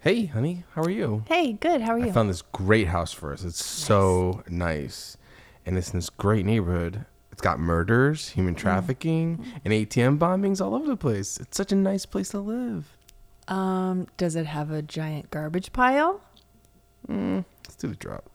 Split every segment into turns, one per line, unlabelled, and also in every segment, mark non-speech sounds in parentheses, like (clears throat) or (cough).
Hey, honey, how are you?
Hey, good. How are you?
I found this great house for us. It's so nice. And it's in this great neighborhood. It's got murders,
Mm.
human trafficking, and ATM bombings all over the place. It's such a nice place to live.
um, does it have a giant garbage pile?
Let's do the drop.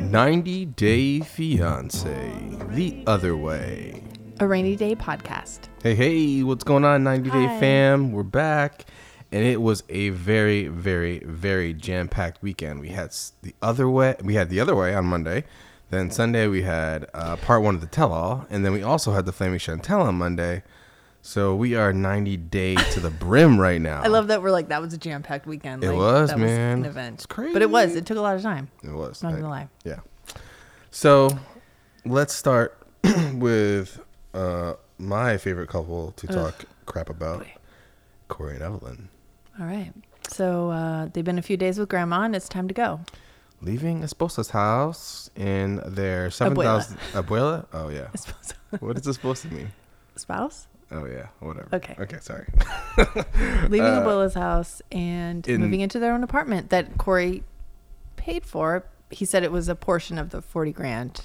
Ninety Day Fiance, the other way.
A rainy day podcast.
Hey, hey, what's going on, 90 Day
Hi.
fam? We're back. And it was a very, very, very jam packed weekend. We had s- the other way. We had the other way on Monday. Then Sunday, we had uh, part one of the tell all. And then we also had the Flaming Chantel on Monday. So we are 90 day to
(laughs)
the brim right now.
I love that we're like that was a jam packed weekend.
It
like,
was,
that
man.
an event.
It's crazy.
but it was. It took a lot of time.
It was.
Not gonna
I-
lie.
Yeah. So let's start (clears throat) with uh, my favorite couple to talk crap about Corey and Evelyn.
All right. So uh, they've been a few days with grandma, and it's time to go. (laughs)
leaving Esposa's house in their 7,000 abuela. Oh,
(laughs)
yeah.
Esposa.
What is this supposed to mean?
Spouse
Oh, yeah. Whatever.
Okay.
Okay, sorry.
leaving Abuela's house and
Uh, in-
moving into their own apartment that Corey paid for. He said it was a portion of the forty grand.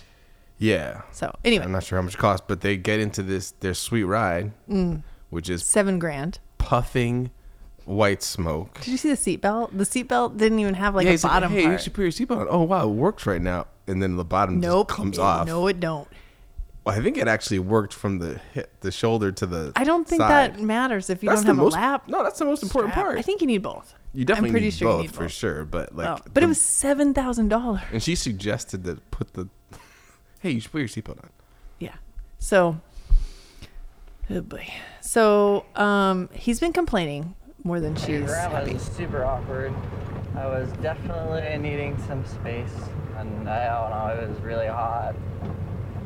Yeah.
So anyway,
I'm not sure how much it costs, but they get into this, their sweet ride,
Mm.
which is
seven grand.
puffing white smoke.
Did you see the seatbelt? The seatbelt didn't even have like
yeah,
a
he's
bottom
like, hey, you
part.
should put your seatbelt on. Oh, wow, it works right now. And then the bottom
nope,
just comes
it-
off.
No, it don't.
Well, I think it actually worked from the hip, the shoulder to the.
I don't think
side.
that matters if you
That's
don't
the
have
most,
a lap.
No, that's the most important
strap.
part.
I think you need both.
you definitely
I'm pretty
need
sure
both
you need
for
both.
sure, but like,
oh, but
the-
it was seven thousand dollars.
And she suggested that put the (laughs) hey, you should put your seatbelt on.
Yeah. So, oh boy. So, um, he's been complaining more than she's
That
happy.
was super awkward. I was definitely needing some space, and I don't know, it was really hot.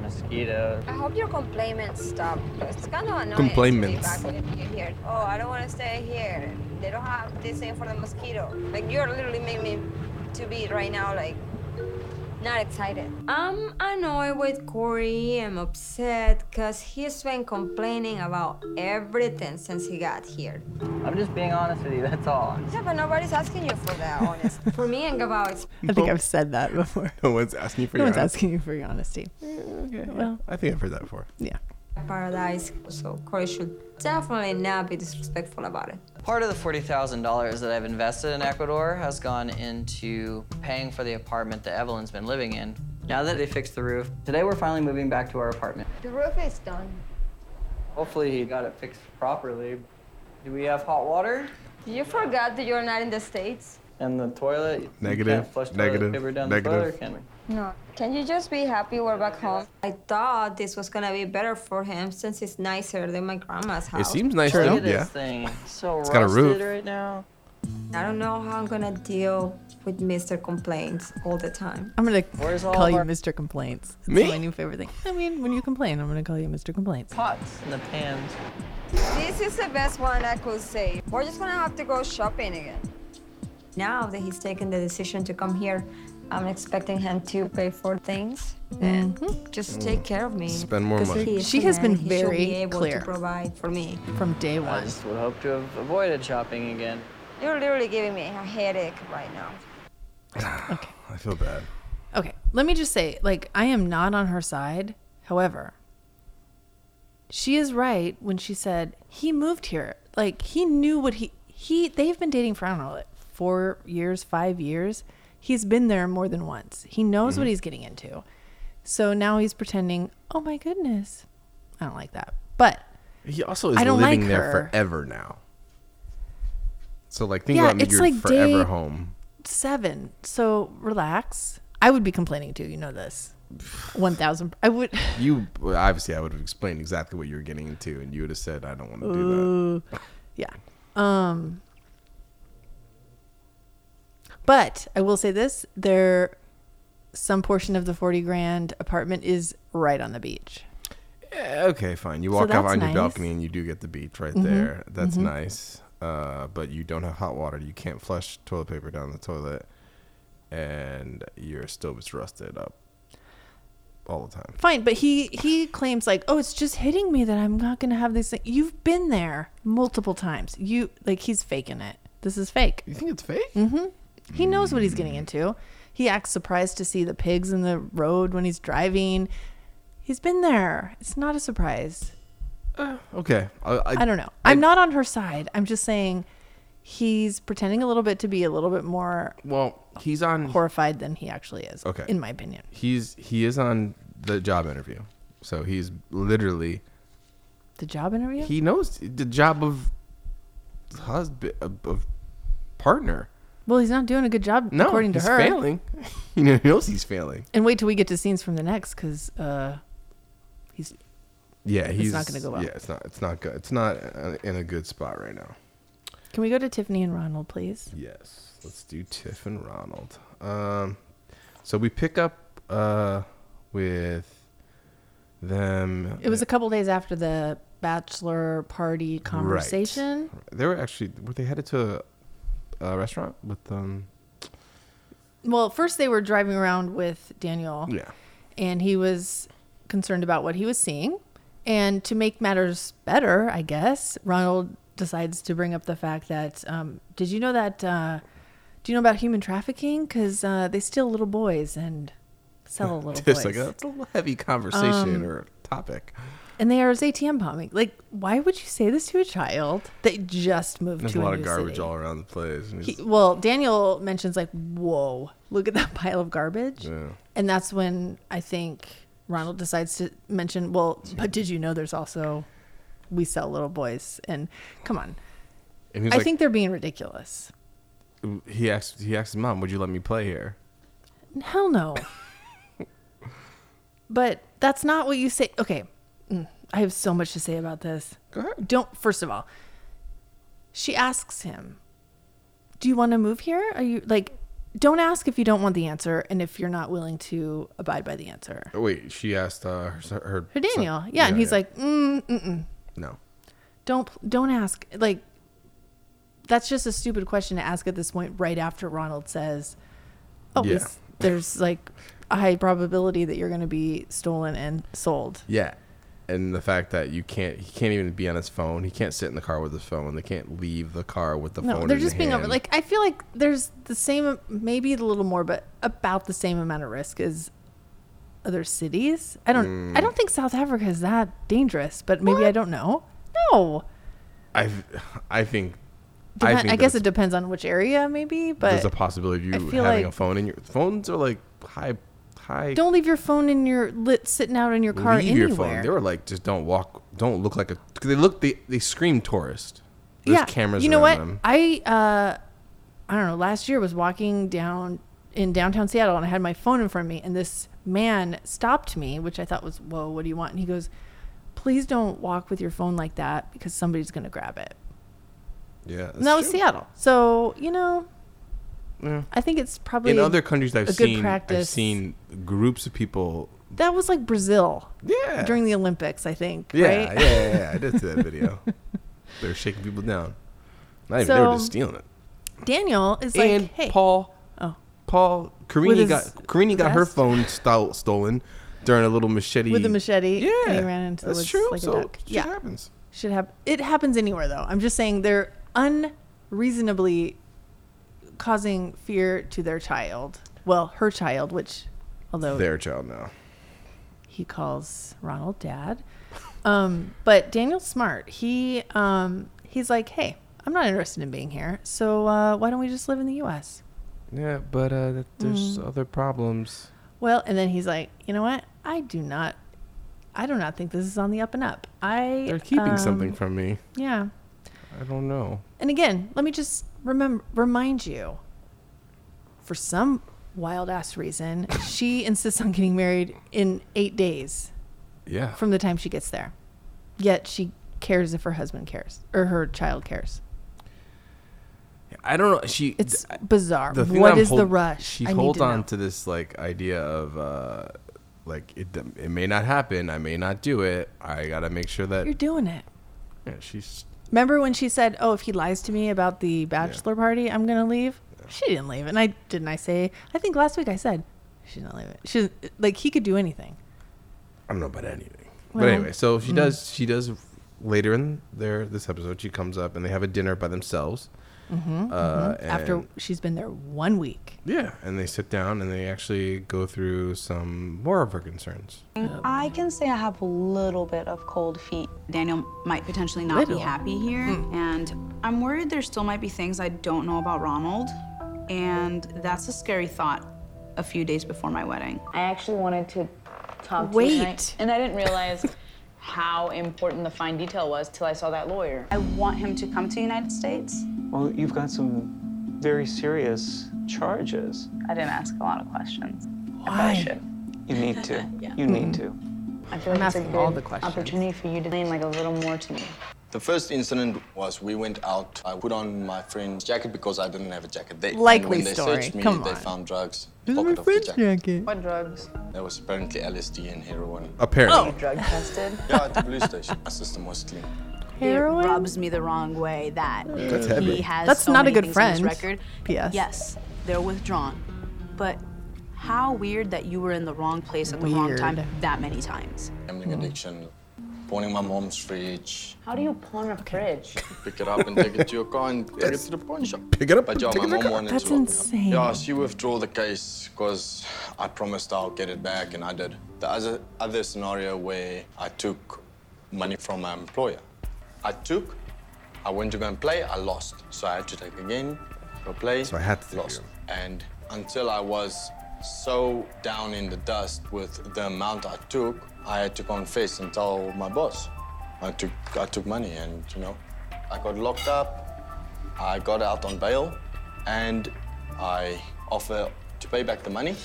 Mosquitoes.
I hope your complaints stop. It's kind of annoying.
Complainments.
To be back when you hear, oh, I don't want to stay here. They don't have this thing for the mosquito. Like you're literally making me to be right now like not excited. I'm annoyed with Corey. I'm upset because he's been complaining about everything since he got here.
I'm just being honest with you, (laughs) that's all.
Yeah, but nobody's asking you for that, honest. for me and Gabao, it's
I think I've said that before.
(laughs) No one's asking you for
No
your
one's asking you for your honesty.
Okay, yeah.
Well.
I think I've heard that before.
Yeah.
paradise. So Corey should definitely not be disrespectful about it.
Part of the $40,000 that I've invested in Ecuador has gone into paying for the apartment that Evelyn's been living in. Now that they fixed the roof, today we're finally moving back to our apartment.
The roof is done.
Hopefully, he got it fixed properly. Do we have hot water?
You forgot that you're not in the States?
And the toilet? You
Negative,
Can't flush toilet
negative,
paper down
negative.
the toilet, can we?
No. Can you just be happy we're back home? I thought this was gonna be better for him since it's nicer than my grandma's
It
Oh,
house.
seems nice
Look
though.
at this
Yeah.
thing. So
got a
rusted
roof.
right now.
I don't know how I'm gonna deal with Mr. Complaints all the time.
I'm gonna
Where's all
call
of
you
our-
Mr. Complaints. It's
Me?
my new favorite thing. I mean, when you complain, I'm gonna call you Mr. Complaints.
Pots and the pans.
This is the best one I could say. We're just gonna have to go shopping again. Now that he's taken the decision to come here, I'm expecting him to pay for things and just take care of me.
Mm-hmm. Spend more
'Cause
money.
he is
She
a
has been
man, he should
very
be able
clear.
to provide for me.
From day
I
one.
just would hope to have avoided shopping again.
You're literally giving me a headache right now.
I feel bad.
Okay, let me just say, like, I am not on her side. However, she is right when she said he moved here. Like, he knew what he he. They've been dating for I don't know, like four years, five years. He's been there more than once. He knows what he's getting into. So now he's pretending. Oh my goodness, I don't like that. But
He also is
I don't
living
like
there
her.
forever now. So like think
Yeah,
about
it's
your
like
forever
day-
home.
seven. So relax. I would be complaining too. You know this. One thousand. I would. (laughs)
You well, obviously I would have explained exactly what you were getting into and you would have said I don't want to do
Yeah. Um But I will say this, there some portion of the 40 grand apartment is right on the beach.
that. Eh, okay, fine. You walk out
that's
on your
nice. Mm-hmm.
balcony and you do get the beach right there. That's nice. Uh, but you don't have hot water. You can't flush toilet paper down the toilet and your stove is rusted up. all the time.
Fine, but he he claims like, oh, it's just hitting me that I'm not gonna have these things. You've been there multiple times. You like he's faking it. This is fake.
You think it's fake?
He knows what he's getting into. He acts surprised to see the pigs in the road when he's driving. He's been there. It's not a surprise.
Okay. I, I,
Mm-hmm. I don't know. I'm not on her side. I'm just saying he's pretending a little bit to be a little bit more
Well, he's on.
horrified than he actually is.
Okay.
In my opinion.
He's he is on the job interview, so he's literally
The job interview?
he knows the job of husband of, of partner.
well, he's not doing a good job
No,
according to
he's
her.
failing. (laughs) he knows he's failing.
And wait till we get to scenes from the next cuz uh he's
Yeah, he's
not gonna go well.
Yeah, it's not. It's not good. It's not uh, in a good spot right now.
Can we go to Tiffany and Ronald, please?
Yes. Let's do Tiff and Ronald. Um, so we pick up uh, with them.
It was a couple days after the bachelor party conversation.
They were actually were they headed to a, a restaurant with um.
Well, first they were driving around with Daniel,
Yeah.
and he was concerned about what he was seeing. And to make matters better, I guess Ronald decides to bring up the fact that um, did you know that uh, do you know about human trafficking? Because uh, they steal little boys and
(laughs)
sell little
It's
Oh, boys, Um,
like that's a little heavy conversation or topic.
and they are as ATM bombing. Like, why would you say this to a child that just moved
There's
to
a
a,
lot
new
of garbage
city?
all around the place. and
he,
he's-
well, Daniel mentions like, "Whoa, look at that (laughs) pile of garbage,"
Yeah.
and that's when I think Ronald decides to mention, "Well, but did you know there's also we sell little boys?" And come on,
and he's
I
like,
think they're being ridiculous.
he asked he asked his mom, "Would you let me play here?"
Hell no. but that's not what you say. Okay, Mm, I have so much to say about this.
Go ahead.
Don't. First of all, she asks him, "Do you want to move here? Are you like?" Don't ask if you don't want the answer and if you're not willing to abide by the answer.
Oh, wait, she asked uh, her, her,
For Daniel, yeah, and he's like, mm, mm-mm,
"No."
don't don't ask. Like, that's just a stupid question to ask at this point, right after Ronald says, "Oh, we
Yeah.
s- there's like a high probability that you're going to be stolen and sold."
Yeah. And the fact that you can't, he can't even be on his phone. He can't sit in the car with his phone. They can't leave the car with the phone.
No,
in
they're
his
just being over.
hand.
Like I feel like there's the same, maybe a little more, but about the same amount of risk as other cities. I don't.
Mm.
I don't think South Africa is that dangerous, but maybe I don't know. No,
I, I think,
Depen- I,
think
guess
that
it depends on which area, maybe. But
there's a possibility of
I
you having
feel
a
like-
phone in your phones are like high, high.
don't leave your phone in your lit sitting out in your car
leave
anywhere.
your phone. They were like, just don't walk, don't look like a. 'cause they look, they they scream tourist. There's cameras.
You know
around
what?
Them.
I uh, I don't know. Last year was walking down in downtown Seattle, and I had my phone in front of me, and this man stopped me, which I thought was, "Whoa, what do you want?" And he goes, "Please don't walk with your phone like that because somebody's gonna grab it."
Yeah. that's
And that was
true.
Seattle. So you know,
Yeah.
I think it's probably
In other countries, I've
good
seen, I've
practice.
seen groups of people.
that was like Brazil
Yeah.
during the Olympics, I think.
Uh, Yeah,
right?
yeah, yeah, yeah. I did see that
(laughs)
video. they were shaking people down. Not even they were just
So-
stealing it.
Daniel is like,
and
hey,
Paul,
Oh.
Paul, Karini
his
got Karini got her
vest?
phone stole, stolen during a little machete
with a machete,
Yeah,
and he ran into the
that's
woods
true.
like
so
a duck.
shit
Yeah.
happens.
should have it happens anywhere though i'm just saying they're unreasonably causing fear to their child well her child which although
Their child now.
he calls ronald dad um, but daniel's smart he um, he's like hey i'm not interested in being here so uh, why don't we just live in the us
Yeah, but uh, th- there's
Mm.
other problems.
well and then he's like you know what i do not i do not think this is on the up and up i
They're keeping
um,
something from me.
yeah
I don't know.
And again, let me just remember remind you. For some wild
(laughs)
ass reason, she insists on getting married in eight days
Yeah,
from the time she gets there. Yet she cares if her husband cares or her child cares.
I don't know. She
It's
th-
bizarre.
the thing
What
I'm
is the
hold-
rush?
She
I need
holds
to
on
know.
to this like idea of uh, like it. It may not happen. I may not do it. I gotta make sure that
You're doing it.
yeah, she's
Remember when she said, "Oh, if he lies to me about the bachelor party, I'm gonna leave." She didn't leave, and I didn't. I say, I think last week I said she didn't leave it. She like he could do anything.
I don't know about anything.
Well, mm.
but anyway, so she does. She does later in there this episode. She comes up and they have a dinner by themselves. Mm-hmm, uh,
after
and-
she's been there one week.
yeah, and they sit down and they actually go through some more of her concerns.
Oh.
I can say I have a little bit of cold feet. Daniel might potentially not
Little. Hmm.
be happy here, and I'm worried there still might be things I don't know about Ronald, and that's a scary thought a few days before my wedding.
I actually wanted to talk to you. tonight,
Wait.
And I didn't realize how important the fine detail was till I saw that lawyer.
I want him to come to the United States.
Well, you've got some very serious charges.
I didn't ask a lot of questions. Why? I should.
You need to. You need to.
I feel like
I'm
it's a
asking all
good
the questions.
opportunity for you to explain like a little more to me.
The first incident was we went out. I put on my friend's jacket because I didn't have a jacket. They, and
Likely
when they
story.
searched me,
Come
they
on.
found drugs. Pocket of the jacket.
What drugs?
There was apparently LSD and heroin.
Apparently,
Drug tested.
yeah, at the police station. My system was clean.
It
Heroin.
rubs me the wrong way that
that's heavy.
he has.
That's
so
not a
many
good
things on his
friend.
record.
P.S.
Yes, they're withdrawn. But how weird that you were in the wrong place at the wrong
Weird.
time that many times.
Gambling addiction. Pawning my mom's fridge.
How do you pawn a
(laughs)
fridge?
Pick it up and take it to your car and take it to the pawn shop.
Pick it up
But
and
yeah,
take it
my
to the
mom
car.
wanted
That's
to help me out.
insane.
Yeah, she withdrew the case because I promised I'll get it back and I did. The other, other scenario where I took money from my employer. I took, I went to go and play, I lost. So I had to take again, go play.
So I had to take
lost. And until I was so down in the dust with the amount I took, I had to confess and tell my boss. I took I took money and you know, I got locked up. I got out on bail and I offer to pay back the money,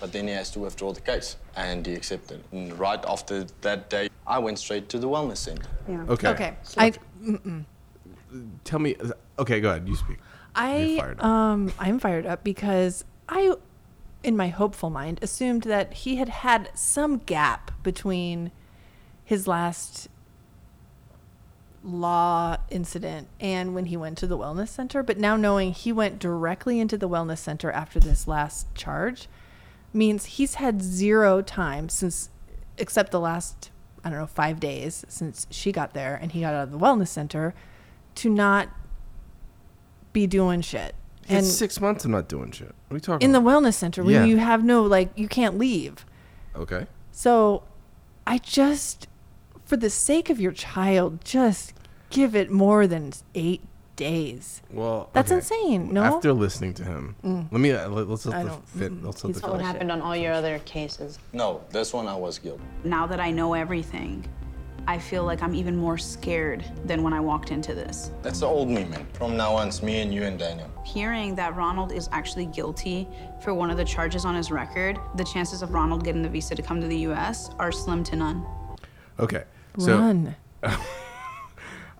but then he has to withdraw the case. And he accepted. And right after that day, I went straight to the wellness center.
okay.
Okay. I
Tell me. Okay, go ahead. You speak. You're
I
fired up.
um I'm fired up because I in my hopeful mind assumed that he had had some gap between his last law incident and when he went to the wellness center but now knowing he went directly into the wellness center after this last charge means he's had zero time since except the last I don't know 5 days since she got there and he got out of the wellness center to not be doing shit. And
it's six months. I'm not doing shit. What are you talking?
in the
about?
wellness center where
Yeah.
you have no like you can't leave.
okay.
So I just for the sake of your child, just give it more than eight days.
Well,
That's
okay.
insane, no? Mm.
After listening to him, let me uh, let, let's let
I
the
don't- Mm.
fit. Let's let
He's
the
full
what
fit-
happened on all your other cases?
No, this one I was guilty.
Now that I know everything, I feel like I'm even more scared than when I walked into this.
That's the old me, man. From now on, it's me and you and Daniel.
Hearing that Ronald is actually guilty for one of the charges on his record, the chances of Ronald getting the visa to come to the US are slim to none.
Okay. So
Run.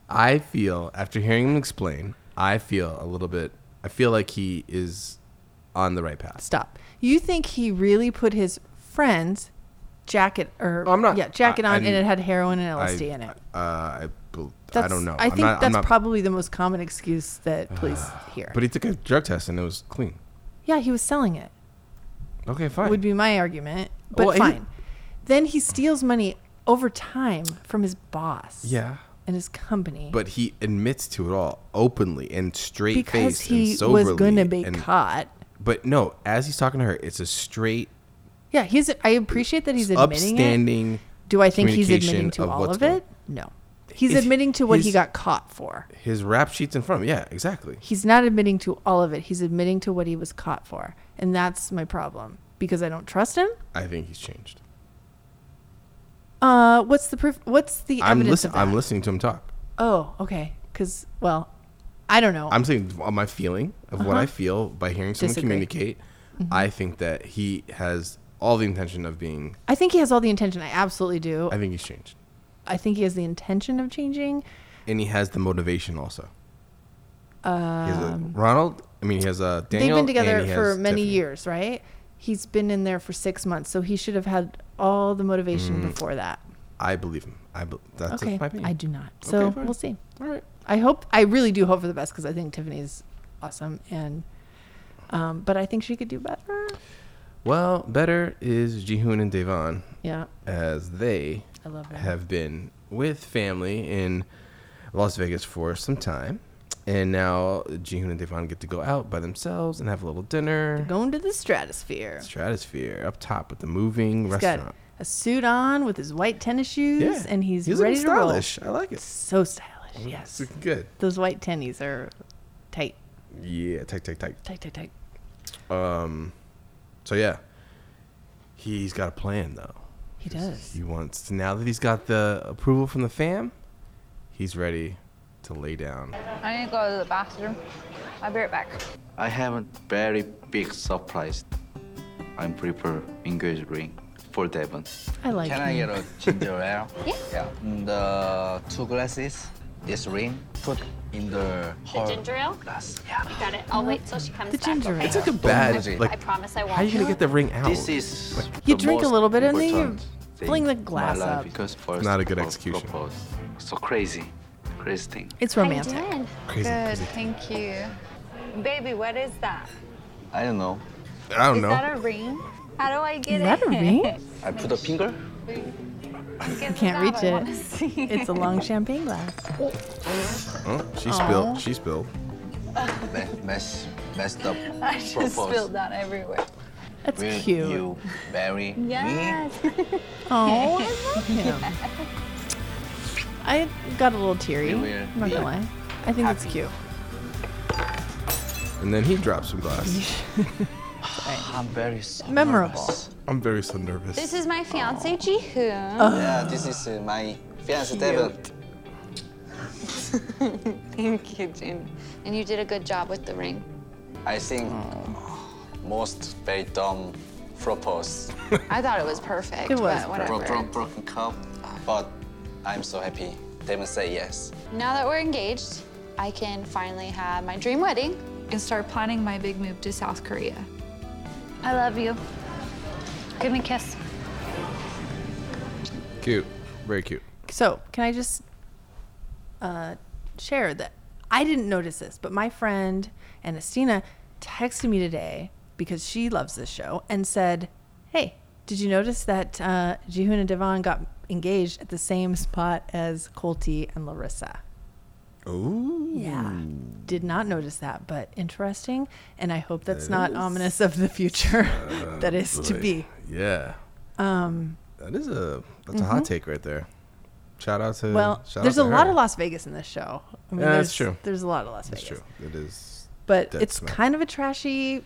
I feel after hearing him explain, I feel a little bit. I feel like he is on the right path.
Stop. You think he really put his friend's jacket or
Oh, I'm not-
yeah, jacket
I-
on
I-
and it had heroin and LSD
I,
in it.
Uh, I, bel- I
That's,
don't know.
I
I'm
think
not- I'm
that's
not-
probably the most common excuse
(sighs)
that police hear.
But he took a drug test and it was clean.
yeah, he was selling it.
Okay, fine.
would be my argument. But
Well, he-
fine. then he steals money over time from his boss.
Yeah.
And his company.
but he admits to it all openly and straight
because
faced
he
and soberly.
was gonna be
and-
caught.
But no, as he's talking to her, it's a straight,
Yeah, he's I appreciate that he's admitting it.
upstanding.
Do I think he's
communication
admitting to
of
all
what's
of
going-
it? No. He's
If-
admitting to what he
his-
got caught for.
His rap sheets in front. of him. Yeah, exactly.
He's not admitting to all of it. He's admitting to what he was caught for. And that's my problem. Because I don't trust him.
I think he's changed.
Uh what's the proof what's the
I'm
evidence
listening.
of that?
I'm listening to him talk.
Oh, okay. Cause well, I don't know.
I'm saying on my feeling of what I feel by hearing someone
Uh-huh. Disagree. Mm-hmm.
communicate. I think that he has all the intention of being.
I think he has all the intention. I absolutely do.
I think he's changed,
I think he has the intention of changing.
and he has the motivation also. he has a, Ronald. I mean, he has a Daniel.
Um, They've been
and
together
he
for
has
many
Tiffany.
years, right? He's been in there for six months, so he should have had all the motivation before that.
I believe him. I be- Mm. that's
okay,
my opinion.
I do not. So
Okay, fine.
we'll see.
All right.
I hope. I really do hope for the best because I think Tiffany's awesome, and um, but I think she could do better.
Well, better is Jihoon and Devon,
Yeah.
as they
I love them.
have been with family in Las Vegas for some time. And now Jihoon and Devon get to go out by themselves and have a little dinner.
Going to the stratosphere.
Stratosphere up top with the moving
He's got
restaurant.
a suit on with his white tennis shoes, and he's,
He's
ready
looking
to roll.
stylish. I like it.
So stylish. Yes.
It's looking good.
Those white tennies are tight,
Yeah, tight, tight, tight.
tight, tight, tight.
So yeah, he's got a plan though.
He does.
He wants now that he's got the approval from the fam, he's ready to lay down.
I need to go to the bathroom. I'll be right back.
I have a very big surprise. I'm prepare engagement ring for Devon.
I like
Can
him.
I get a ginger
(laughs)
ale? yeah. And uh, two glasses. This ring put in the
The
her
ginger ale?
glass. Yeah.
You got it. I'll wait till she comes
The
back.
ginger
okay?
ale. It's like
a bad
lose it.
I
like.
promise I won't.
How are you gonna get the ring out?
This is.
You
the
drink a
most
little bit and then you
important thing
fling the
in my
glass
life
up.
Because first
Not a good
pro-
execution.
Propose. So crazy, crazy thing.
It's
I
romantic.
did.
crazy.
Good,
crazy.
thank you. Baby, what is that?
I don't know.
I don't
Is
know.
that a ring? How do I get
Is that
it?
(laughs)
a ring?
I put a finger.
Get
Can't
out,
reach
I
it.
wanna
(laughs)
see.
It's a long
(laughs)
champagne glass.
Oh, she spilled. She spilled.
Me- mess, messed
(laughs)
up.
I just
Propose.
spilled that everywhere.
That's
Will
cute.
you marry me?
Yes.
Oh, I love him. I got a little teary.
We will
I'm not gonna lie. I think it's cute.
And then he dropped some glass.
I'm very sorry.
Memorable.
(laughs) I'm very so nervous.
This is my fiance, Jihoon.
Oh.
Yeah, this is uh, my fiance Devon.
Thank you, June. And you did a good job with the ring.
I think
Most very dumb propose.
I thought it was perfect.
It was
but
bro-
whatever.
bro- broken cup, but I'm so happy. Devon say yes.
Now that we're engaged, I can finally have my dream wedding.
And start planning my big move to South Korea. I love you. Give me a kiss.
cute. Very cute.
So, can I just uh, share that I didn't notice this, but my friend Anastina texted me today because she loves this show and said, "Hey, did you notice that uh, Jihoon and Devon got engaged at the same spot as Colty and Larissa?"
Ooh.
Yeah. Did not notice that, but interesting. And I hope that's not ominous of the future (laughs) that is to
boy.
be.
Yeah. Um. That is a that's a hot take right there. Shout out to
mm-hmm. Well,
shout out
there's
to
a lot
her.
of Las Vegas in this show. I mean,
Yeah, that's
there's-
true.
There's a lot of Las
That's
Vegas.
true. It is.
But
Dead
it's
smack.
kind of a trashy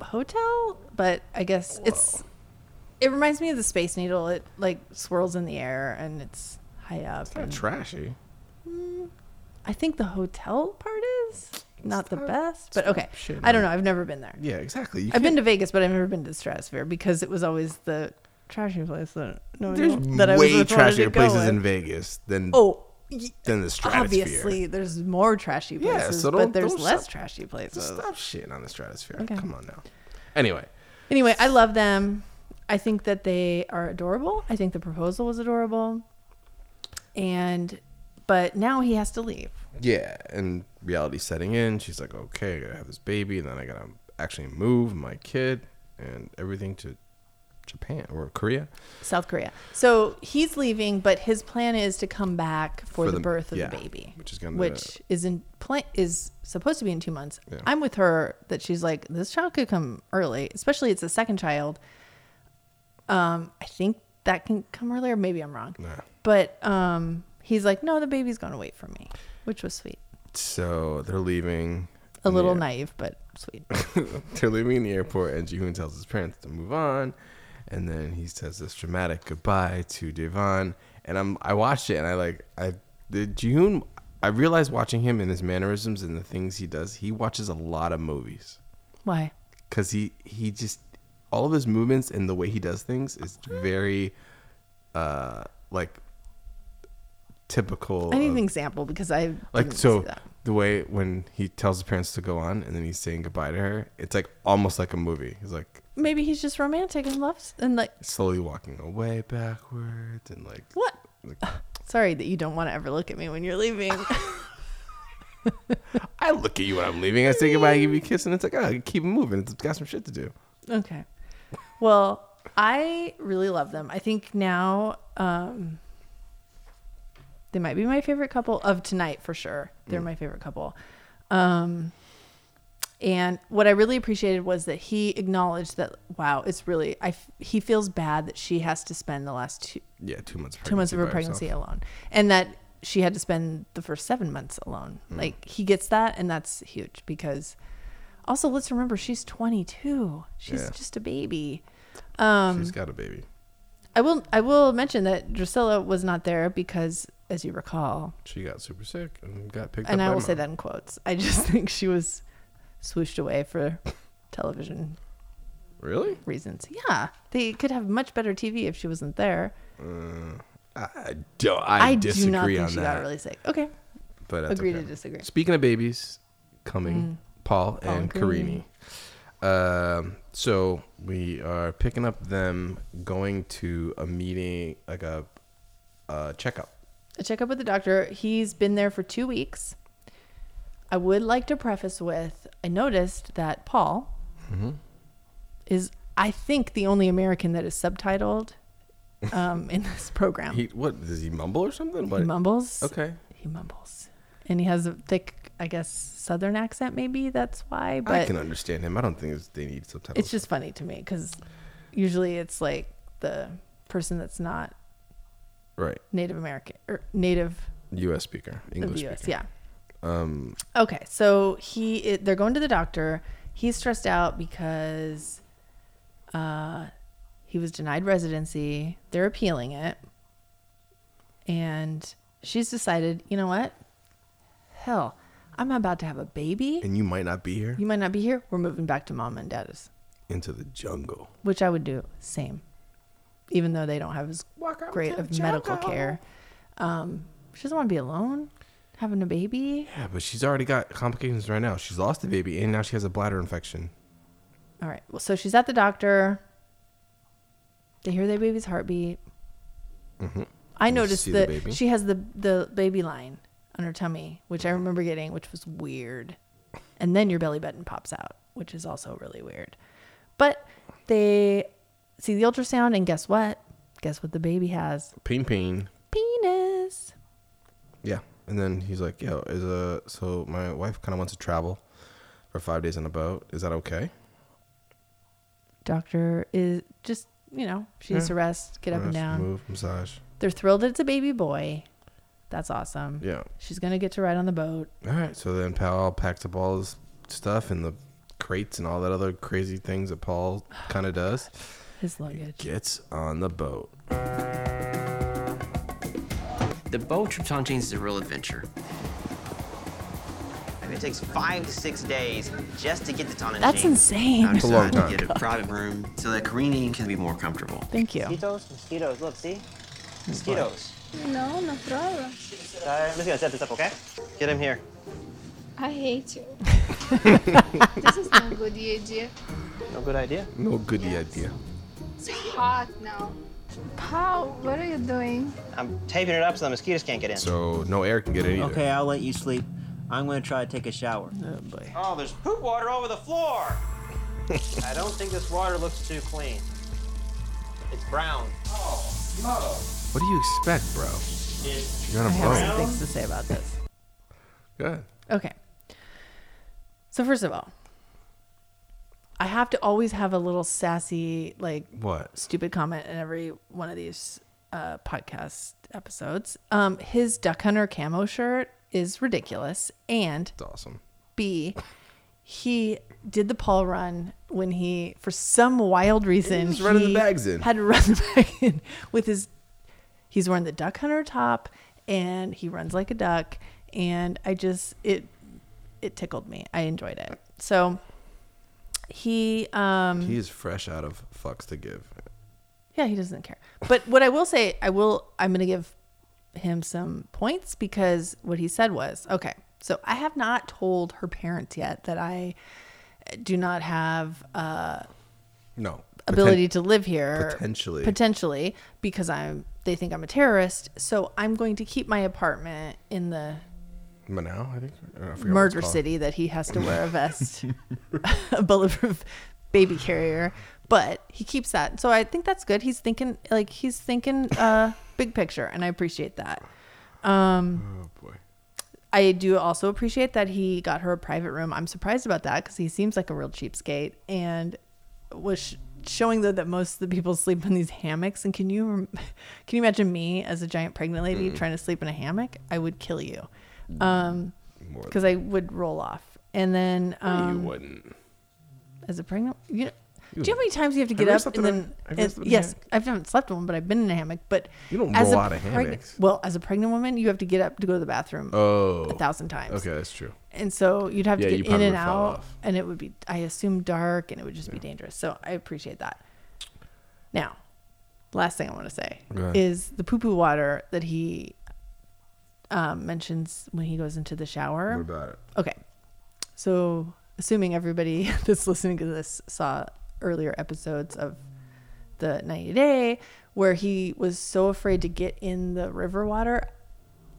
hotel, but I guess it's it reminds me of the Space Needle. It like swirls in the air and it's high up.
Kind
and-
of trashy.
I think the hotel part is not the best, but okay.
shit,
I don't know. I've never been there.
Yeah, exactly. You
I've been to Vegas, but I've never been to the Stratosphere because it was always the trashy place that no one
There's
that I was
way
with wanted to
trashier
go
places in
with.
Vegas than
Oh, y-
than the stratosphere.
obviously, there's more trashy
Yeah,
places,
so don't-
but there's
don't
less
stop-
trashy places.
Just stop shitting on the stratosphere.
Okay.
Come on now. Anyway,
Anyway, I love them. I think that they are adorable. I think the proposal was adorable, and but now he has to leave.
yeah, and reality setting in. She's like, okay, I gotta have this baby, and then I gotta actually move my kid and everything to Japan or Korea.
South Korea. So he's leaving, but his plan is to come back
For
for, the,
the-
birth of
yeah,
the baby,
which is gonna-
which is in plan is supposed to be in two months. I'm with her that she's like this child could come early, especially it's a second child. Um, I think that can come earlier. Maybe I'm wrong, but um, he's like, no, the baby's gonna wait for me, which was sweet.
So they're leaving.
A
in the
little
air-
naive, but
(laughs)
sweet.
they're leaving in the airport, and Jihoon tells his parents to move on, and then he says this dramatic goodbye to Devon. And I'm I watched it, and I like I the Jihoon. I realized watching him and his mannerisms and the things he does. He watches a lot of movies
Why?
because he he just all of his movements and the way he does things is very uh like typical
I need
of-
an example because I
like
didn't
so
see that.
the way when he tells his parents to go on and then he's saying goodbye to her it's like almost like a movie he's like
Maybe he's just romantic and loves and like
slowly walking away backwards and like
what? (sighs) Sorry that you don't want to ever look at me when you're leaving.
(laughs) i look at you when i'm leaving i say goodbye i give you a kiss and it's like oh keep it moving it's got some shit to do
okay. Well, I really love them. I think now um, they might be my favorite couple of tonight for sure. They're
Mm.
my favorite couple. Um, and what I really appreciated was that he acknowledged that wow, it's really I f- he feels bad that she has to spend the last two
Yeah, two months of
two months of her
pregnancy by herself.
pregnancy alone, and that she had to spend the first seven months alone.
Mm.
Like he gets that, and that's huge because also let's remember she's twenty two. She's
Yeah.
just a baby. Um,
She's got a baby.
I will. I will mention that Drusilla was not there because, as you recall,
She got super sick and got picked up.
and I
by
will say
mom.
that in quotes. I just (laughs) think she was swooshed away for television
Really?
reasons. Yeah, they could have much better TV if she wasn't there.
Uh, I do I,
I do not
disagree
think
on
she
that.
got really sick. Okay.
But that's
Agree to
okay.
disagree.
Speaking of babies coming,
Mm.
Paul,
Paul
and Karini.
Carini.
Um, so we are picking up them going to a meeting, like a, a checkup.
a checkup with the doctor. He's been there for two weeks. I would like to preface with I noticed that Paul
Mhm.
is, I think, the only American that is subtitled um, in this
(laughs)
program.
He what does he mumble or something? What?
He mumbles.
Okay.
He mumbles. And he has a thick, I guess, southern accent, maybe. That's why.
I
But
can understand him. I don't think it's, they need subtitles.
it's just funny to me because usually it's like the person that's not
right.
Native American or Native
U.S. speaker,
Of
English
US,
speaker. Yeah. Um.
Okay, so he i- they're going to the doctor. He's stressed out because uh, he was denied residency. They're appealing it, and she's decided, you know what? Hell, I'm about to have a baby.
And you might not be here
You might not be here. We're moving back to mom and dad's,
into the jungle.
which I would do same, even though they don't have as great of medical care. Um, she doesn't want to be alone, having a baby.
Yeah, but she's already got complications right now. She's lost the baby, and now she has a bladder infection.
All right. Well, so she's at the doctor. They hear their baby's heartbeat.
Mm-hmm.
I
You
noticed
see the
that
baby?
she has the the baby line on her tummy, which I
Mm-hmm.
remember getting, which was weird. And then your belly button pops out, which is also really weird. But they see the ultrasound, and guess what? Guess what the baby has?
Peen peen.
Penis.
Yeah. And then he's like, "Yo, is a so my wife kind of wants to travel for five days on a boat. Is that okay?"
Doctor is just you know she needs
Yeah.
to rest, get up and
Rest,
down.
move, massage.
They're thrilled it's a baby boy. That's awesome.
Yeah.
She's gonna get to ride on the boat.
All right. So then Paul packs up all his stuff and the crates and all that other crazy things that Paul kind of does.
His luggage.
Gets on the boat.
The boat trip to Hauntings is a real adventure. And it takes five to six days just to get to Tonanjin.
That's insane.
I'm just
It's a long
glad to
time.
Get a private room so that Karini can be more comfortable.
Thank you.
Mosquitoes, mosquitoes. Look, see? Mosquitoes.
No, no problem.
Uh, I'm just gonna set this up, okay? Get him here.
I hate you. this is not a good idea.
No good idea.
No goody idea.
It's hot now. Paul, what are you doing?
I'm taping it up so the mosquitoes can't get in.
So no air can get in either.
Okay, I'll let you sleep. I'm gonna try to take a shower.
Oh boy.
Oh, there's poop water over
(laughs)
the floor. I don't think this water looks too clean. It's brown. Oh, no.
What do you expect, bro?
It's
You're on a
I have some
boat.
things to say about this.
Good.
Okay. So first of all, I have to always have a little sassy, like
What?
stupid comment in every one of these uh, podcast episodes. Um, his duck hunter camo shirt is ridiculous, and it's
awesome.
B, he did the Paul run when he, for some wild reason,
was running the bags in.
Had to (laughs) run the bag in with his. He's wearing the duck hunter top, and he runs like a duck. And I just it, it tickled me. I enjoyed it. So, he um
He is fresh out of fucks to give.
yeah, he doesn't care. But what I will say, I will, I'm going to give him some points because what he said was okay, so I have not told her parents yet that I do not have uh,
No.
ability
Poten-
to live here.
Potentially.
Potentially, because I'm, they think I'm a terrorist. So I'm going to keep my apartment in the
Manow, I think. I forget what it's
murder
called. (laughs)
(laughs) city that he has to wear a vest, a bulletproof baby carrier. but he keeps that. So I think that's good. He's thinking like he's thinking uh big picture and I appreciate that. Um Oh boy. I do also appreciate that he got her a private room. I'm surprised about that cuz he seems like a real cheapskate and was sh- showing though that most of the people sleep in these hammocks and can you rem- (laughs) can you imagine me as a giant pregnant lady
Mm.
trying to sleep in a hammock? I would kill you. Um
Mm. More
cuz I would roll off. And then um
you wouldn't.
as a pregnant you know,
You-
do you know how many times you have to
Have
get
you ever
up
slept
and
in a-
then
have you ever
and-
slept in a
yes i haven't slept in one but i've been in a hammock but
You don't
as
roll out of
preg-
hammocks.
well as a pregnant woman you have to get up to go to the bathroom
Oh.
a thousand times
Okay, that's true.
and so you'd have
Yeah,
to
you
get in
probably
and
would fall
out and it would be i assume dark and it would just be dangerous so i appreciate that now last thing i want to say
Go ahead.
is the poo poo water that he um, mentions when he goes into the shower
What about it?
Okay. So, assuming everybody (laughs) that's listening to this saw earlier episodes of the 90 Day, where he was so afraid to get in the river water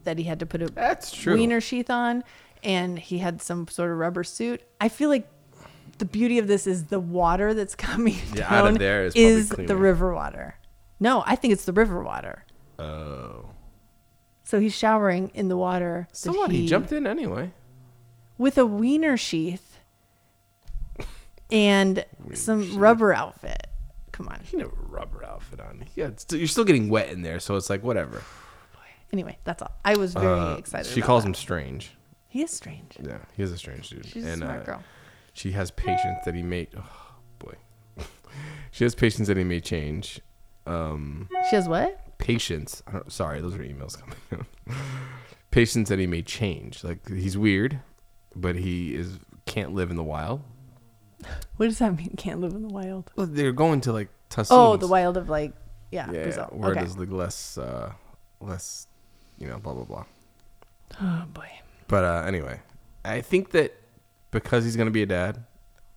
that he had to put a That's
true.
wiener sheath on and he had some sort of rubber suit. I feel like the beauty of this is the water that's (laughs) coming
Yeah,
down
out of there is probably
is the
cleaner.
river water. No, I think it's the river water.
Oh.
So he's showering in the water. that
So what? He jumped in anyway.
with a wiener sheath and some rubber outfit. Come on.
He never rubber outfit on. Yeah, it's still, you're still getting wet in there, so it's like whatever.
Anyway, that's all. I was very
Uh,
excited.
She
about
calls
that.
him strange.
He is strange.
Yeah, he is a strange dude. uh,
She's a smart girl.
She has patience that he may. Oh boy, (laughs) she has patience that he may change. Um,
She has what?
Patience. I don't, sorry, those are emails coming. in. (laughs) patience that he may change. Like he's weird, but he is can't live in the wild.
What does that mean? Can't live in the wild.
Well, they're going to like Tuscany.
Oh, the wild of like, yeah,
yeah,
Brazil.
where
okay.
there's like less, uh, less, you know, blah blah blah.
Oh boy.
But uh, anyway, I think that because he's gonna be a dad,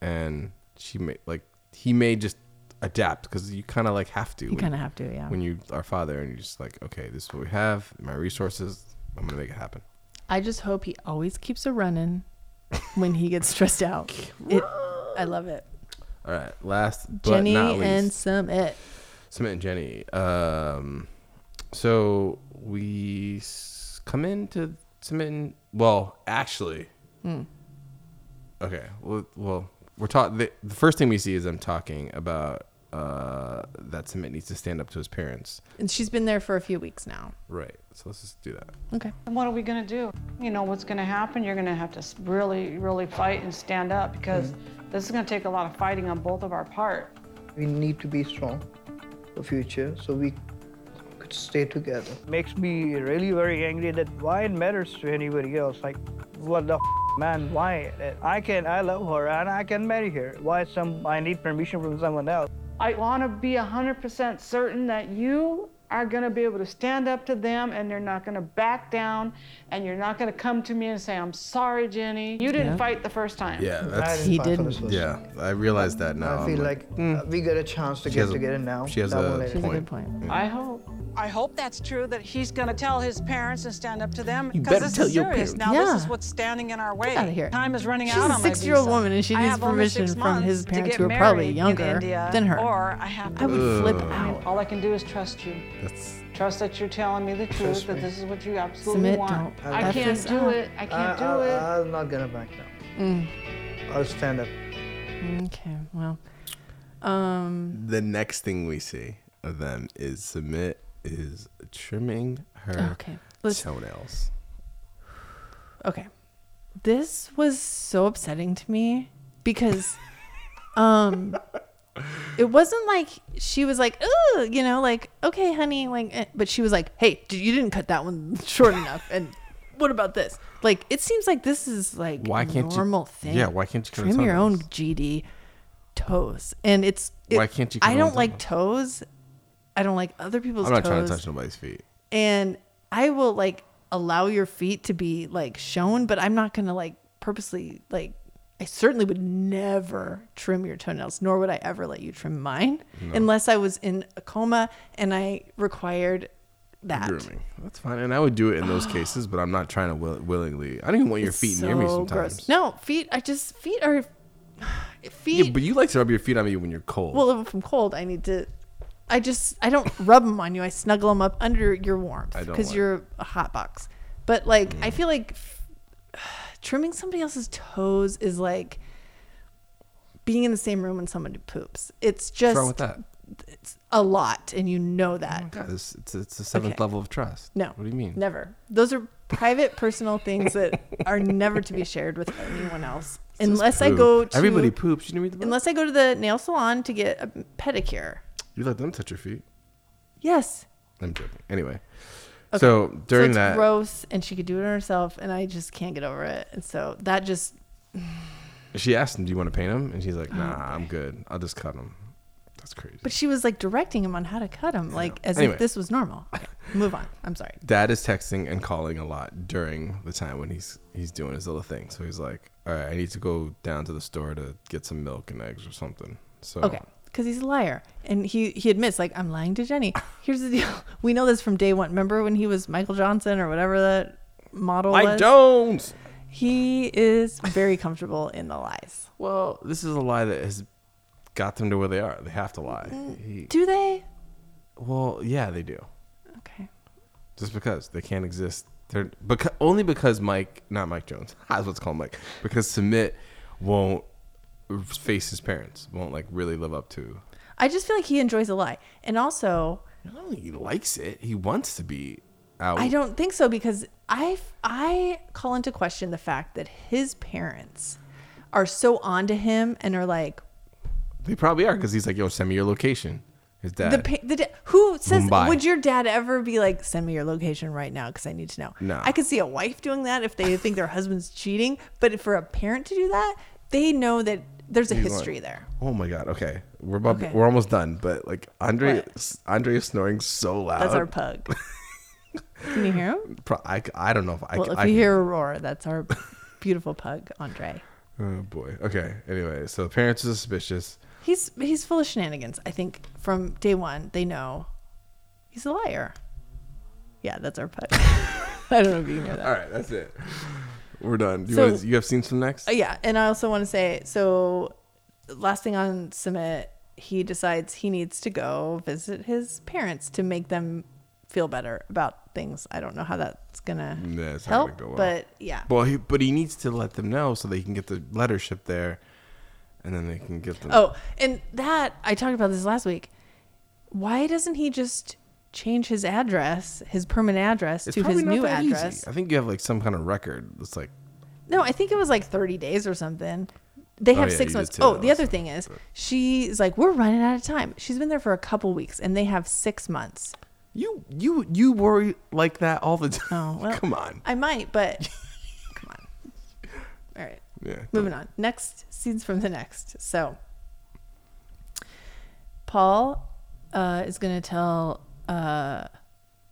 and she may like he may just adapt because you kind of like have to.
You
when-
kinda have to, yeah.
When you are father and you're just like, okay, this is what we have, my resources, I'm gonna make it happen.
I just hope he always keeps a running when he gets
(laughs)
stressed out. It, I love it.
All right, last but
Jenny
not least,
and some it.
Summit and Jenny. Um, so we s- come into Summit and well, actually,
Hmm.
okay. Well, well we're talking. The, the first thing we see is them talking about uh, that Summit needs to stand up to his parents.
And she's been there for a few weeks now.
Right. So let's just do that.
Okay.
And what are we going to do? You know what's going to happen? You're going to have to s- really, really fight and stand up because this is going to take a lot of fighting on both of our part.
We need to be strong for future so we could stay together. Makes me really very angry that why it matters to anybody else. Like, what the f- man? Why? I can, I love her and I can marry her. Why some? I need permission from someone else.
I want to be 100% certain that you are going to be able to stand up to them and they're not going to back down and you're not going to come to me and say, I'm sorry, Jenny. You didn't
Yeah.
fight the first time.
Yeah, that's
He didn't.
Yeah, I realized that now.
I
I'm
feel like, uh, we got a chance to
She
get
has a-
together now.
she has
That won't
a
let it-
point. She has a good
point.
I hope.
I hope that's true that he's going to tell his parents and stand up to them.
You
'cause
better
this
tell
is
your
serious.
parents.
Now
Yeah.
this is what's standing in our way.
outta here.
Time is running
She's
out
a
on my
six-year-old
visa.
woman and she
I
needs
have only six
permission from
months
his
to
parents
get
who are probably
married in
younger
India,
than her.
Or I have to
I would flip
Ugh.
I mean, all I can do is trust you.
That's
Trust that you're telling me the truth,
Trust
that
me.
this is what you absolutely
Submit,
want.
don't
I
F
can't
this
do
up.
it. I can't
I-
do it. Mm.
I- I'm not gonna back down. I'll stand up.
Okay. Well. Um.
The next thing we see of them is Submit is trimming her
Oh, Okay, let's-
toenails.
Okay. This was so upsetting to me because um it wasn't like she was like, "Ooh, you know, like, okay, honey, like eh," but she was like, "Hey, d- you didn't cut that one (laughs) short enough." And what about this? Like, it seems like this is like
Why can't you-
normal thing.
Yeah, why can't you cut her
trim your own GD toes? And it's it-
Why can't you cut
I
her own
don't like toes. I don't like other people's
I'm not
toes
trying to touch nobody's feet.
and I will like allow your feet to be like shown, but I'm not gonna like purposely like. I certainly would never trim your toenails, nor would I ever let you trim mine,
No.
unless I was in a coma and I required that.
Grooming. That's fine. And I would do it in
(gasps)
those cases, but I'm not trying to will- willingly. I don't even want your feet near me
So
sometimes.
gross. No feet. I just feet are (sighs) feet.
Yeah, but you like to rub your feet on me when you're cold.
Well, if I'm cold, I need to. I just I don't rub them on you. I snuggle them up under your warmth
I don't Mm.
because
like-
you're a hot box. But like I feel like (sighs) f- trimming somebody else's toes is like being in the same room when someone poops. It's
What's
just
wrong with that? Oh
It's a lot, and you know that.
God, it's it's, it's the seventh
Okay.
level of trust.
No.
What do you mean?
Never. Those are private, personal things that are never to be shared with anyone else.
It's just
unless I
poop.
go to
Everybody poops. You didn't read the book?
Unless I go to the nail salon to get a pedicure.
You let them touch your feet.
Yes.
I'm joking. Anyway,
Okay.
so during
it's
that,
gross, and she could do it herself, and I just can't get over it. And so that just
she asked him, "Do you want to paint him?" And he's like, "Nah, I'm good. I'll just cut him." That's crazy.
Oh. but she was like directing him on how to cut him, like as
Anyway.
if this was normal. Okay, move on. I'm sorry.
Dad is texting and calling a lot during the time when he's he's doing his little thing. So he's like, "All right, I need to go down to the store to get some milk and eggs or something." So
Okay. Because he's a liar, and he he admits like I'm lying to Jenny. Here's the deal: (laughs) we know this from day one. Remember when he was Michael Johnson or whatever that model
Mike
was?
Jones.
He is very comfortable in
(laughs)
the lies.
Well, this is a lie that has got them to where they are. They have to lie. He-
do they?
Well, yeah, they do.
Okay.
Just because they can't exist, they're because only because Mike, not Mike Jones, (laughs) I was what's called Mike, because Submit won't face his parents, won't like really live up to.
I just feel like he enjoys a lie, and also
I don't think he likes it. He wants to be out.
I don't think so because I I call into question the fact that his parents are so onto him and are like
They probably are because he's like, "Yo, send me your location." His dad.
the, pa- the da- who says
Mumbai.
would your dad ever be like send me your location right now because I need to know.
No.
I could see a wife doing that if
(laughs)
they think their husband's cheating, but for a parent to do that, they know that there's a
He's
history
like-
there.
Oh my god. Okay, we're about,
Okay.
we're almost done, but like Andre, Andre is snoring so loud.
That's
(laughs)
our pug. Can you hear him?
Pro- I, I don't know if I.
well, if
I
you
can-
hear a roar, that's our beautiful pug, Andre.
Oh boy. Okay. Anyway, so the parents are suspicious.
He's he's full of shenanigans. I think from day one they know he's a liar. Yeah, that's our pug. (laughs) I don't know if you can hear that.
All right, that's it. We're done. Do you,
So-
wanna, you have seen some next?
Uh, yeah, and I also want to say so. Last thing on Summit, he decides he needs to go visit his parents to make them feel better about things. I don't know how that's gonna
Nah, it's
help,
not gonna go well.
but yeah,
Well, he, but he needs to let them know so they can get the letter shipped there, and then they can get them.
Oh, and that I talked about this last week. Why doesn't he just change his address, his permanent address, to his
probably not
new
that
address?
I think you have like some kind of record. It's like
No, I think it was like 30 days or something. They
Oh,
have
yeah,
six
you
months.
did say
Oh,
that
the
last
other thing is, she's like, we're running out of time. She's been there for a couple weeks, and they have six months.
You you you worry like that all the (laughs) time.
Oh, well,
Come on.
I might, but
(laughs)
come on. All right.
Yeah,
Moving on. Next scenes from the next. So Paul uh, is going to tell uh,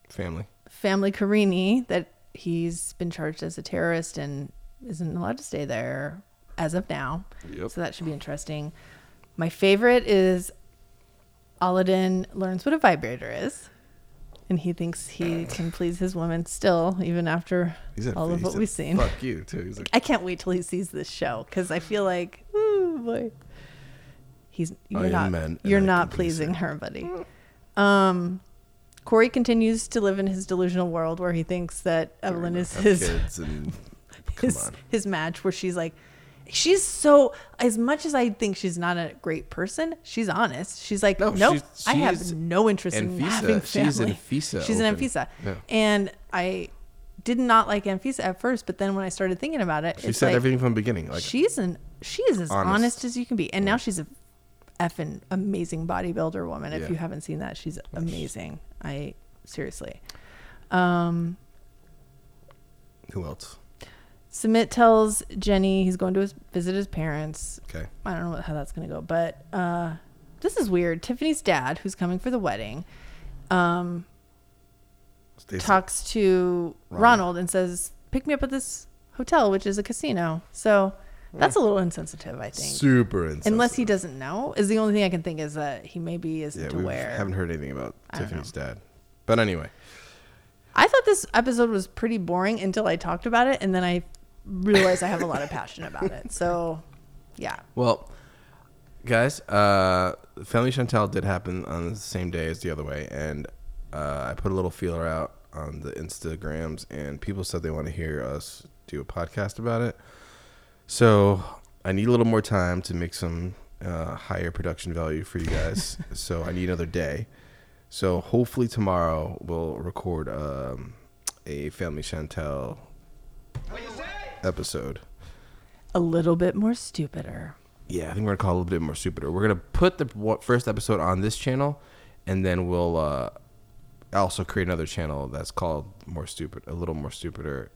family.
family Carini that he's been charged as a terrorist and isn't allowed to stay there as of now.
Yep.
So that should be interesting. My favorite is Aladdin learns what a vibrator is. And he thinks he can please his woman still, even after
He's a-
all of
he's
what
a
we've seen.
Fuck you too. He's
(laughs)
like,
I can't wait till he sees this show because I feel like, ooh boy, he's
I
you're
am
not
man, Oh, and
you're
I
not pleasing her, buddy. Um, Corey continues to live in his delusional world where he thinks that Evelyn is
have
his (laughs)
kids and
his, his match. Where she's like, she's so as much as I think she's not a great person, she's honest. She's like, no, nope,
she's-
I
she's
have no interest in
Anfisa.
having family.
She's Anfisa
She's an
open.
Anfisa,
Yeah.
and I did not like Anfisa at first, but then when I started thinking about it,
she
it's
said
like,
everything from the beginning. Like
she's an she is as honest,
Honest.
as you can be, and now she's a effing amazing bodybuilder woman. If
Yeah.
you haven't seen that, she's amazing. I seriously. Um,
who else?
Submit tells Jenny he's going to his, visit his parents.
Okay.
I don't know how that's going to go, but uh, this is weird. Tiffany's dad, who's coming for the wedding, um,
Stacy.
talks to
Ronald.
Ronald. and says, "Pick me up at this hotel, which is a casino." So that's
Yeah.
a little insensitive, I think.
Super insensitive.
Unless he doesn't know, is the only thing I can think is that he maybe
Yeah,
isn't
we
aware.
haven't heard anything about
I don't
Tiffany's dad. But anyway,
I thought this episode was pretty boring until I talked about it, and then I realized I have a lot of passion about it. So Yeah.
Well, guys, uh, Family Chantel did happen on the same day as the other way, and uh, I put a little feeler out on the Instagrams, and people said they want to hear us do a podcast about it. So I need a little more time to make some uh, higher production value for you guys. so I need another day. So hopefully tomorrow we'll record um, a Family Chantel episode.
A little bit more stupider.
Yeah, I think we're gonna call it a little bit more stupider. We're gonna put the wa- first episode on this channel, and then we'll uh, also create another channel that's called more stupid, a little more stupider,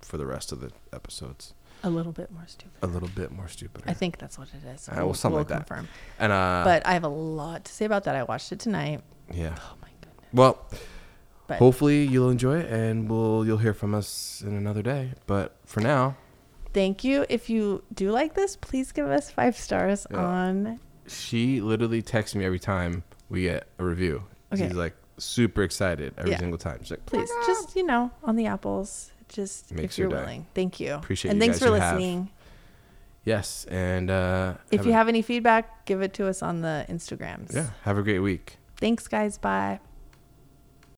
for the rest of the episodes.
A little bit more stupid.
A little bit more stupider.
I think that's what it is.
Uh, well, something like that.
confirm.
And uh,
but I have a lot to say about that. I watched it tonight.
yeah. Oh my goodness. Well,
But-
hopefully you'll enjoy it, and we'll you'll hear from us in another day. But for now,
Thank you. If you do like this, please give us five stars
Yeah.
on.
she literally texts me every time we get a review.
Okay.
She's like super excited every
Yeah.
single time. She's like,
Please, just you know, on the apples. Just
Makes
if you're
your day.
willing. Thank you.
Appreciate
and
you
thanks
guys
for
who have.
listening.
Yes, and uh,
If you
a-
have any feedback, give it to us on the Instagrams.
yeah, have a great week.
Thanks, guys. Bye.